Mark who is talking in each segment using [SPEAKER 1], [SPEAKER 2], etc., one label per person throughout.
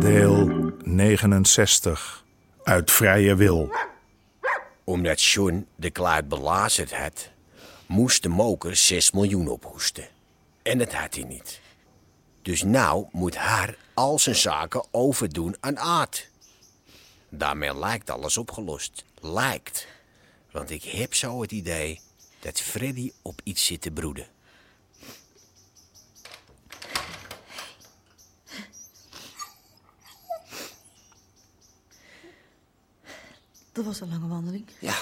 [SPEAKER 1] Deel 69. Uit vrije wil.
[SPEAKER 2] Omdat John de kluit belazerd had, moest de moker 6 miljoen ophoesten. En dat had hij niet. Dus nou moet haar al zijn zaken overdoen aan Aad. Daarmee lijkt alles opgelost. Lijkt. Want ik heb zo het idee dat Freddy op iets zit te broeden.
[SPEAKER 3] Dat was een lange wandeling.
[SPEAKER 4] Ja.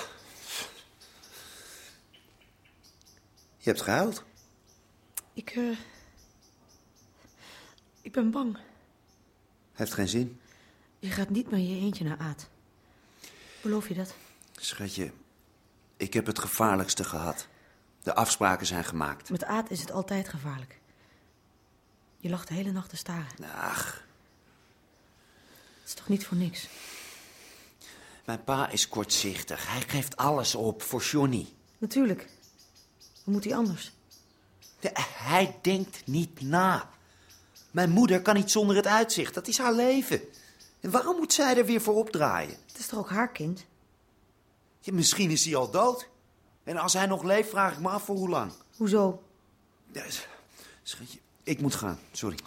[SPEAKER 4] Je hebt gehuild.
[SPEAKER 3] Ik, eh, ik ben bang.
[SPEAKER 4] Heeft geen zin.
[SPEAKER 3] Je gaat niet met je eentje naar Aad. Beloof je dat?
[SPEAKER 4] Schatje, ik heb het gevaarlijkste gehad. De afspraken zijn gemaakt.
[SPEAKER 3] Met Aad is het altijd gevaarlijk. Je lag de hele nacht te staren.
[SPEAKER 4] Ach,
[SPEAKER 3] Het is toch niet voor niks?
[SPEAKER 4] mijn pa is kortzichtig. Hij geeft alles op voor Johnny.
[SPEAKER 3] Natuurlijk. Hoe moet hij anders?
[SPEAKER 4] De- hij denkt niet na. Mijn moeder kan niet zonder het uitzicht. Dat is haar leven. En waarom moet zij er weer voor opdraaien?
[SPEAKER 3] Het is toch ook haar kind?
[SPEAKER 4] Ja, misschien is hij al dood. En als hij nog leeft, vraag ik me af voor hoe lang.
[SPEAKER 3] Hoezo?
[SPEAKER 4] Ja, s- Schatje, ik moet gaan. Sorry.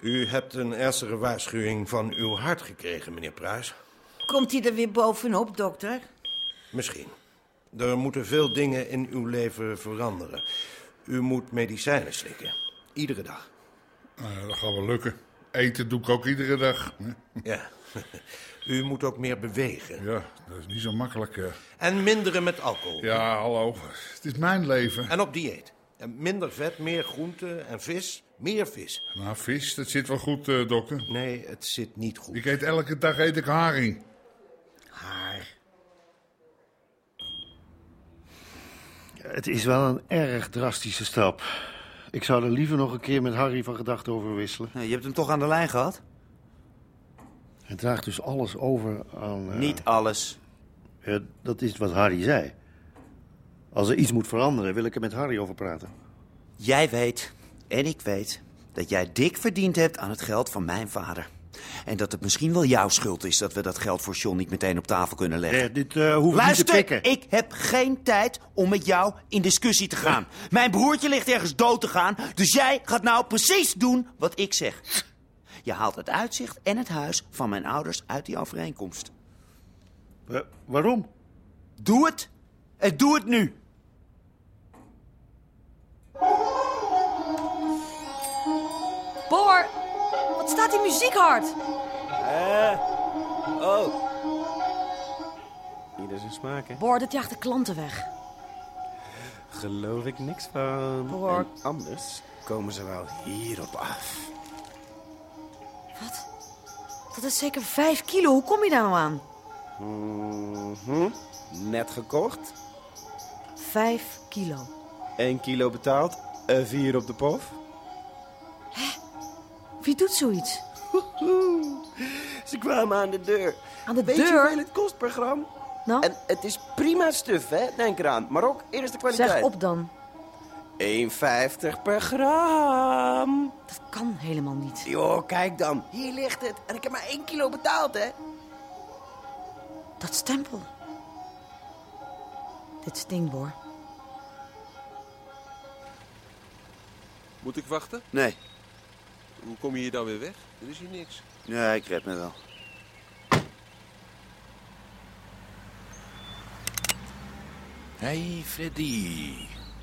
[SPEAKER 5] U hebt een ernstige waarschuwing van uw hart gekregen, meneer Pruis.
[SPEAKER 6] Komt hij er weer bovenop, dokter?
[SPEAKER 5] Misschien. Er moeten veel dingen in uw leven veranderen. U moet medicijnen slikken. Iedere dag.
[SPEAKER 7] Nou, dat gaat wel lukken. Eten doe ik ook iedere dag. hè.
[SPEAKER 5] Ja. U moet ook meer bewegen.
[SPEAKER 7] Ja, dat is niet zo makkelijk. hè.
[SPEAKER 5] En minderen met alcohol.
[SPEAKER 7] Ja, hallo. Het is mijn leven.
[SPEAKER 5] En op dieet. En minder vet, meer groente en vis. Meer vis.
[SPEAKER 7] Nou, vis, dat zit wel goed, eh, dokker.
[SPEAKER 5] Nee, het zit niet goed.
[SPEAKER 7] Ik eet elke dag eet ik haring.
[SPEAKER 8] Het is wel een erg drastische stap. Ik zou er liever nog een keer met Harry van gedachten over wisselen.
[SPEAKER 4] Nou, je hebt hem toch aan de lijn gehad?
[SPEAKER 8] Hij draagt dus alles over aan... eh,
[SPEAKER 4] Niet alles.
[SPEAKER 8] ja, dat is wat Harry zei. Als er iets moet veranderen, wil ik er met Harry over praten.
[SPEAKER 4] Jij weet en ik weet dat jij dik verdiend hebt aan het geld van mijn vader. En dat het misschien wel jouw schuld is dat we dat geld voor John niet meteen op tafel kunnen leggen.
[SPEAKER 8] Eh, dit eh hoeft
[SPEAKER 4] Luister,
[SPEAKER 8] niet te pikken.
[SPEAKER 4] ik heb geen tijd om met jou in discussie te gaan. Mijn broertje ligt ergens dood te gaan, dus jij gaat nou precies doen wat ik zeg. Je haalt het uitzicht en het huis van mijn ouders uit die overeenkomst.
[SPEAKER 8] Eh, waarom?
[SPEAKER 4] Doe het
[SPEAKER 5] Eh,
[SPEAKER 4] en doe het nu.
[SPEAKER 3] Boor! Wat staat die muziek hard?
[SPEAKER 9] Eh, oh. Ieder zijn smaak, hè?
[SPEAKER 3] Boor, dat jaagt de klanten weg.
[SPEAKER 9] Geloof ik niks van.
[SPEAKER 3] Hoor.
[SPEAKER 9] En anders komen ze wel hierop af.
[SPEAKER 3] Wat? Dat is zeker vijf kilo. Hoe kom je daar nou aan?
[SPEAKER 9] Mhm. Net gekocht,
[SPEAKER 3] Vijf kilo.
[SPEAKER 9] 1 kilo betaald, 4 op de pof.
[SPEAKER 3] Wie doet zoiets?
[SPEAKER 9] Ze kwamen aan de deur.
[SPEAKER 3] Aan de
[SPEAKER 9] Weet je
[SPEAKER 3] deur?
[SPEAKER 9] hoeveel het kost per gram?
[SPEAKER 3] Nou,
[SPEAKER 9] En het is prima stuf, hè? Denk eraan. Maar ook eerste kwaliteit.
[SPEAKER 3] zeg op dan.
[SPEAKER 9] 1,50 per gram.
[SPEAKER 3] Dat kan helemaal niet.
[SPEAKER 9] Joh, kijk dan. Hier ligt het. En ik heb maar 1 kilo betaald, hè?
[SPEAKER 3] Dat stempel. Dit stinkt, hoor.
[SPEAKER 10] Moet ik wachten?
[SPEAKER 4] Nee,
[SPEAKER 10] Hoe kom je hier dan weer weg? Er is hier niks.
[SPEAKER 4] nee, ik red me wel.
[SPEAKER 2] Hé, hey, Freddy.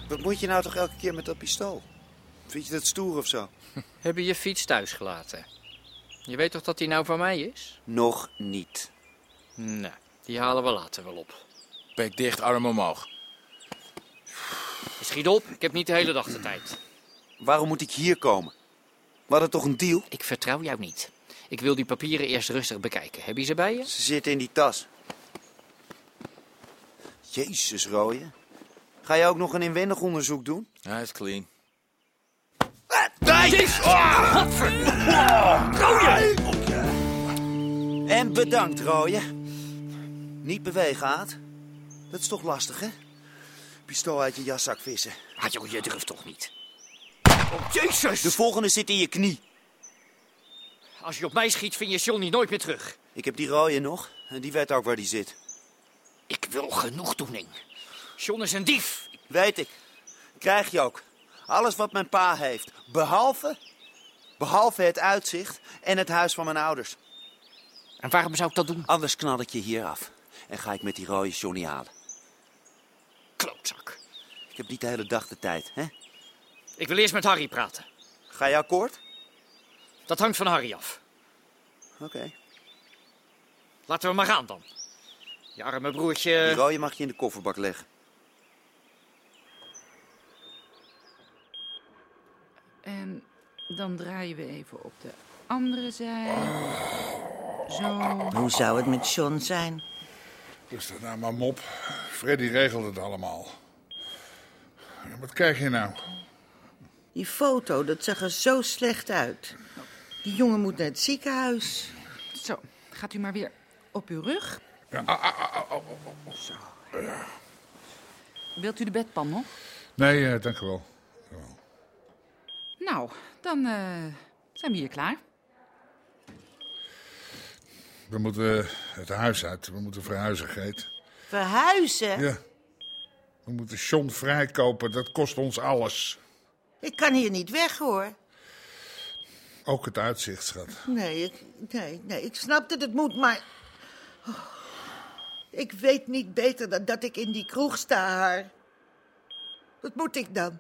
[SPEAKER 4] Wat moet je nou toch elke keer met dat pistool? Vind je dat stoer of zo?
[SPEAKER 11] Heb je je fiets thuis gelaten? Je weet toch dat die nou van mij is?
[SPEAKER 4] Nog niet.
[SPEAKER 11] Nee, die halen we later wel op.
[SPEAKER 12] Bek dicht, arm omhoog.
[SPEAKER 11] Schiet op, ik heb niet de hele dag de tijd.
[SPEAKER 4] Waarom moet ik hier komen? We hadden toch een deal?
[SPEAKER 11] Ik vertrouw jou niet. Ik wil die papieren eerst rustig bekijken. Heb je ze bij je?
[SPEAKER 4] Ze zitten in die tas. Jezus, rooien. Ga je ook nog een inwendig onderzoek doen?
[SPEAKER 12] Hij is clean. Ah!
[SPEAKER 4] Nee! Rooien! En bedankt, rooien. Niet bewegen, Aad. Dat is toch lastig, hè? Pistool uit je jaszak vissen.
[SPEAKER 11] Ah, joh, je durft toch niet? Oh,
[SPEAKER 4] Jezus! De volgende zit in je knie.
[SPEAKER 11] Als je op mij schiet, vind je Johnny nooit meer terug.
[SPEAKER 4] Ik heb die rooien nog en die weet ook waar die zit.
[SPEAKER 11] Ik wil genoegdoening. John is een dief.
[SPEAKER 4] Weet ik. Krijg je ook. Alles wat mijn pa heeft. Behalve... Behalve het uitzicht en het huis van mijn ouders.
[SPEAKER 11] En waarom zou ik dat doen?
[SPEAKER 4] Anders knal ik je hier af. En ga ik met die rode Johnny halen.
[SPEAKER 11] Klootzak.
[SPEAKER 4] Ik heb niet de hele dag de tijd, hè?
[SPEAKER 11] Ik wil eerst met Harry praten.
[SPEAKER 4] Ga je akkoord?
[SPEAKER 11] Dat hangt van Harry af.
[SPEAKER 4] Oké.
[SPEAKER 11] Laten we maar gaan dan. Je arme broertje...
[SPEAKER 4] Die rode mag je in de kofferbak leggen.
[SPEAKER 13] En dan draaien we even op de andere zij. Zo.
[SPEAKER 6] Hoe zou het met John zijn?
[SPEAKER 7] Dus dat nou maar mop. Freddy regelt het allemaal. Ja, wat kijk je nou?
[SPEAKER 6] Die foto, dat zag er zo slecht uit. Die jongen moet naar het ziekenhuis.
[SPEAKER 13] Zo, gaat u maar weer op uw rug.
[SPEAKER 7] Ja, ah, ah, ah, ah, ah, ah, ah.
[SPEAKER 13] Zo. Wilt u de bedpan nog?
[SPEAKER 7] Nee, eh, dank je wel.
[SPEAKER 13] Nou, dan eh, zijn we hier klaar.
[SPEAKER 7] We moeten het huis uit. We moeten verhuizen, Geet.
[SPEAKER 6] Verhuizen?
[SPEAKER 7] Ja. We moeten John vrijkopen. Dat kost ons alles.
[SPEAKER 6] Ik kan hier niet weg, hoor.
[SPEAKER 7] Ook het uitzicht, schat.
[SPEAKER 6] Nee, ik, nee, nee, ik snap dat het moet, maar... Oh, ik weet niet beter dan dat ik in die kroeg sta, haar. Wat moet ik dan?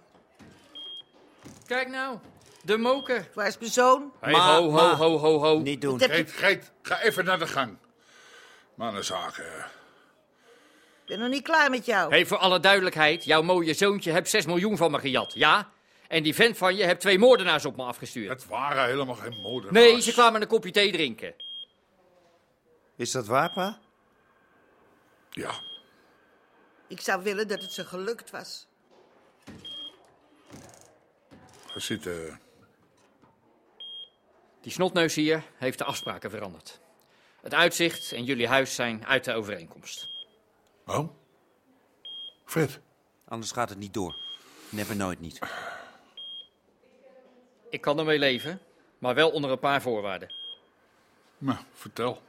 [SPEAKER 11] Kijk nou, de moker.
[SPEAKER 6] Waar is mijn zoon?
[SPEAKER 11] Hey, ho, ho, ho, ho, ho.
[SPEAKER 4] Niet doen.
[SPEAKER 6] Wat heb
[SPEAKER 7] Geet, Geet, ga even naar de gang. Mannenzaken.
[SPEAKER 6] Ik ben nog niet klaar met jou.
[SPEAKER 11] Hey, voor alle duidelijkheid, jouw mooie zoontje hebt 6 miljoen van me gejat, ja? En die vent van je hebt twee moordenaars op me afgestuurd.
[SPEAKER 7] Het waren helemaal geen moorden.
[SPEAKER 11] Nee, ze kwamen een kopje thee drinken.
[SPEAKER 4] Is dat waar, pa?
[SPEAKER 7] Ja.
[SPEAKER 6] Ik zou willen dat het ze gelukt was.
[SPEAKER 7] Ga zitten.
[SPEAKER 11] Die snotneus hier heeft de afspraken veranderd. Het uitzicht en jullie huis zijn uit de overeenkomst.
[SPEAKER 7] Oh? Fred.
[SPEAKER 4] Anders gaat het niet door. Never nooit niet.
[SPEAKER 11] Ik kan ermee leven, maar wel onder een paar voorwaarden.
[SPEAKER 7] Nou, vertel.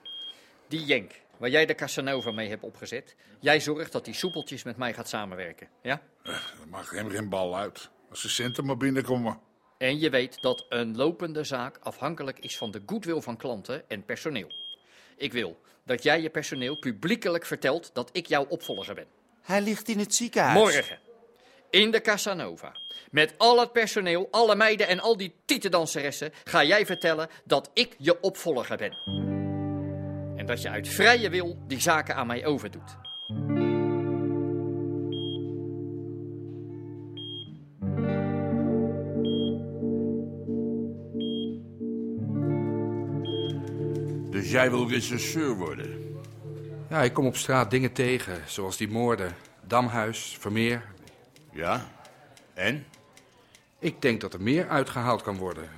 [SPEAKER 11] Die Jenk, waar jij de Casanova mee hebt opgezet, jij zorgt dat die soepeltjes met mij gaat samenwerken, ja?
[SPEAKER 7] Dat maakt hem geen bal uit. Als de centen maar binnenkomen.
[SPEAKER 11] En je weet dat een lopende zaak afhankelijk is van de goodwill van klanten en personeel. Ik wil dat jij je personeel publiekelijk vertelt dat ik jouw opvolger ben.
[SPEAKER 4] Hij ligt in het ziekenhuis.
[SPEAKER 11] Morgen. In de Casanova. Met al het personeel, alle meiden en al die tietendanseressen ga jij vertellen dat ik je opvolger ben. En dat je uit vrije wil die zaken aan mij overdoet.
[SPEAKER 14] Dus jij wil regisseur worden?
[SPEAKER 15] Ja, ik kom op straat dingen tegen, zoals die moorden. Damhuis, Vermeer.
[SPEAKER 14] Ja? En?
[SPEAKER 15] Ik denk dat er meer uitgehaald kan worden.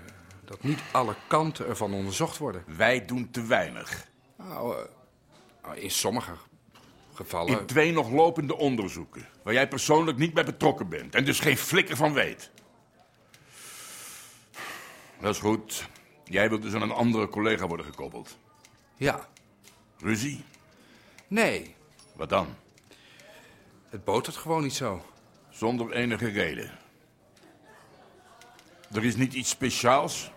[SPEAKER 15] Dat niet alle kanten ervan onderzocht worden.
[SPEAKER 14] Wij doen te weinig.
[SPEAKER 15] Nou, eh, nou, in sommige gevallen...
[SPEAKER 14] In twee nog lopende onderzoeken, waar jij persoonlijk niet bij betrokken bent en dus geen flikker van weet. Dat is goed. Jij wilt dus aan een andere collega worden gekoppeld.
[SPEAKER 15] Ja,
[SPEAKER 14] Ruzie?
[SPEAKER 15] nee.
[SPEAKER 14] Wat dan?
[SPEAKER 15] Het botert gewoon niet zo.
[SPEAKER 14] Zonder enige reden. Er is niet iets speciaals?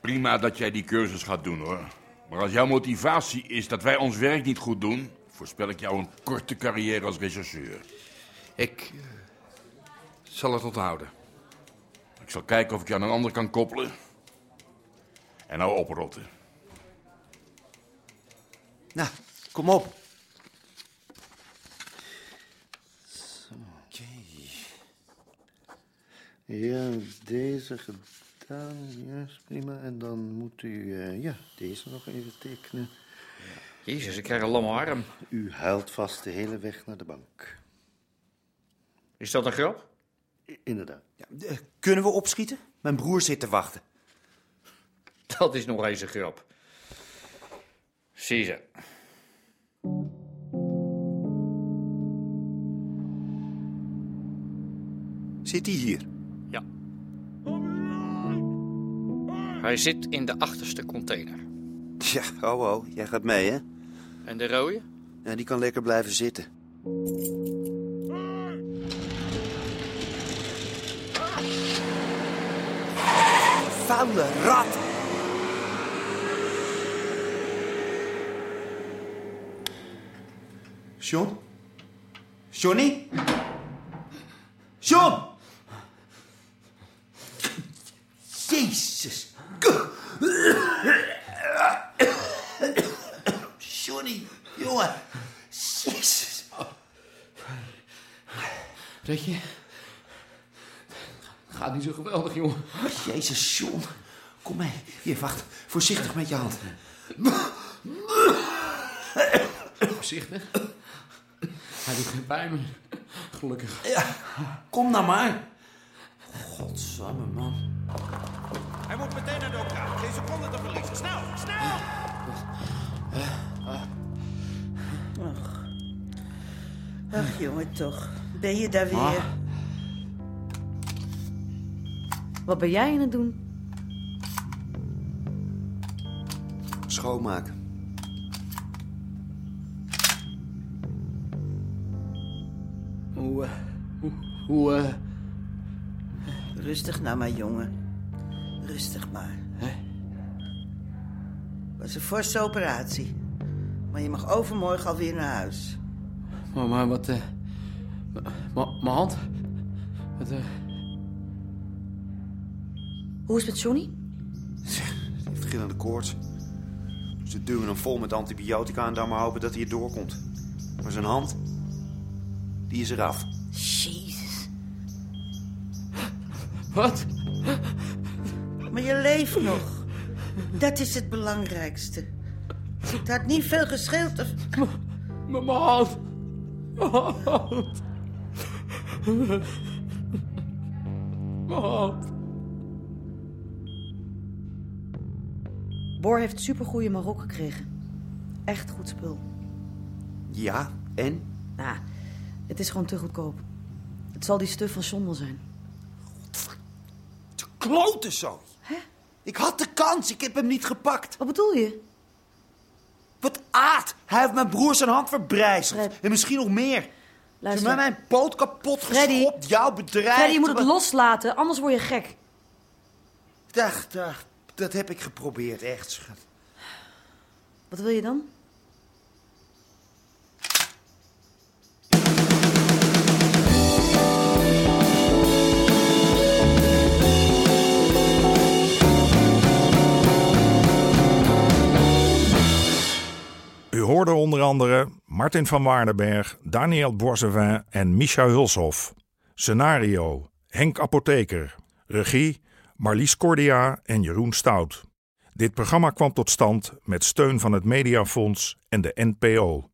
[SPEAKER 14] Prima dat jij die cursus gaat doen hoor. Maar als jouw motivatie is dat wij ons werk niet goed doen, voorspel ik jou een korte carrière als rechercheur.
[SPEAKER 15] Ik eh, zal het onthouden.
[SPEAKER 14] Ik zal kijken of ik je aan een ander kan koppelen. En nou oprotten.
[SPEAKER 4] Nou, kom op.
[SPEAKER 8] Ja, deze gedaan. Ja, is prima. En dan moet u eh, ja, deze nog even tekenen.
[SPEAKER 11] Jezus, ik krijg een lamme arm.
[SPEAKER 8] U huilt vast de hele weg naar de bank.
[SPEAKER 11] Is dat een grap?
[SPEAKER 8] Inderdaad.
[SPEAKER 4] Eh, Kunnen we opschieten? Mijn broer zit te wachten.
[SPEAKER 11] Dat is nog eens een grap. Zie ze.
[SPEAKER 2] Zit hij hier?
[SPEAKER 11] Ja. Hij zit in de achterste container.
[SPEAKER 2] Ja, oh, oh, jij gaat mee, hè?
[SPEAKER 11] En de rode?
[SPEAKER 2] Ja, die kan lekker blijven zitten.
[SPEAKER 4] Vuile rat. John? Johnny? John! Jezus. Johnny, jongen. Jezus.
[SPEAKER 16] Pretje? Het gaat niet zo geweldig, jongen.
[SPEAKER 4] Jezus, John. Kom mee. Hier, wacht. Voorzichtig met je hand.
[SPEAKER 16] Voorzichtig. Hij doet geen pijn meer. Gelukkig.
[SPEAKER 4] Kom nou maar. Godsamme, man.
[SPEAKER 17] Hij moet meteen naar de elkaar. Geen seconde te verliezen. Snel, snel!
[SPEAKER 6] Ach. Ach, jongen, toch. Ben je daar weer?
[SPEAKER 4] Ah.
[SPEAKER 3] Wat ben jij aan het doen?
[SPEAKER 2] Schoonmaken.
[SPEAKER 6] Hoe, hoe, Rustig nou maar, jongen. Rustig maar. was een forse operatie. Maar je mag overmorgen alweer naar huis.
[SPEAKER 16] Maar, maar wat... eh, ma- Mijn hand? Het, eh,
[SPEAKER 3] Hoe is het met Johnny?
[SPEAKER 18] Die heeft gillende koorts. Ze duwen hem vol met antibiotica en dan maar hopen dat hij er doorkomt. Maar zijn hand, die is eraf.
[SPEAKER 3] Jezus.
[SPEAKER 16] Wat?
[SPEAKER 6] Maar je leeft nog. Dat is het belangrijkste. Het had niet veel gescheeld. Of...
[SPEAKER 16] Mijn hand. Mijn hand. Mijn hand.
[SPEAKER 3] Boor heeft supergoeie Marok gekregen. Echt goed spul.
[SPEAKER 4] Ja, en?
[SPEAKER 3] Nou, het is gewoon te goedkoop. Het zal die stuf van John wel zijn.
[SPEAKER 4] Klote zo. Ik had de kans. Ik heb hem niet gepakt.
[SPEAKER 3] Wat bedoel je?
[SPEAKER 4] Wat aard. Hij heeft mijn broer zijn hand verbrijzeld. En misschien nog meer. Ze
[SPEAKER 3] Luister.
[SPEAKER 4] hebben mijn poot kapot geschopt. Jouw bedrijf.
[SPEAKER 3] Freddy, je moet het loslaten, anders word je gek.
[SPEAKER 4] Dag, dag. Dat heb ik geprobeerd, echt, schat.
[SPEAKER 3] Wat wil je dan?
[SPEAKER 1] U hoorde onder andere Martin van Waardenberg, Daniel Boisevin en Micha Hulshoff. Scenario Henk Apotheker. Regie Marlies Cordia en Jeroen Stout. Dit programma kwam tot stand met steun van het Mediafonds en de NPO.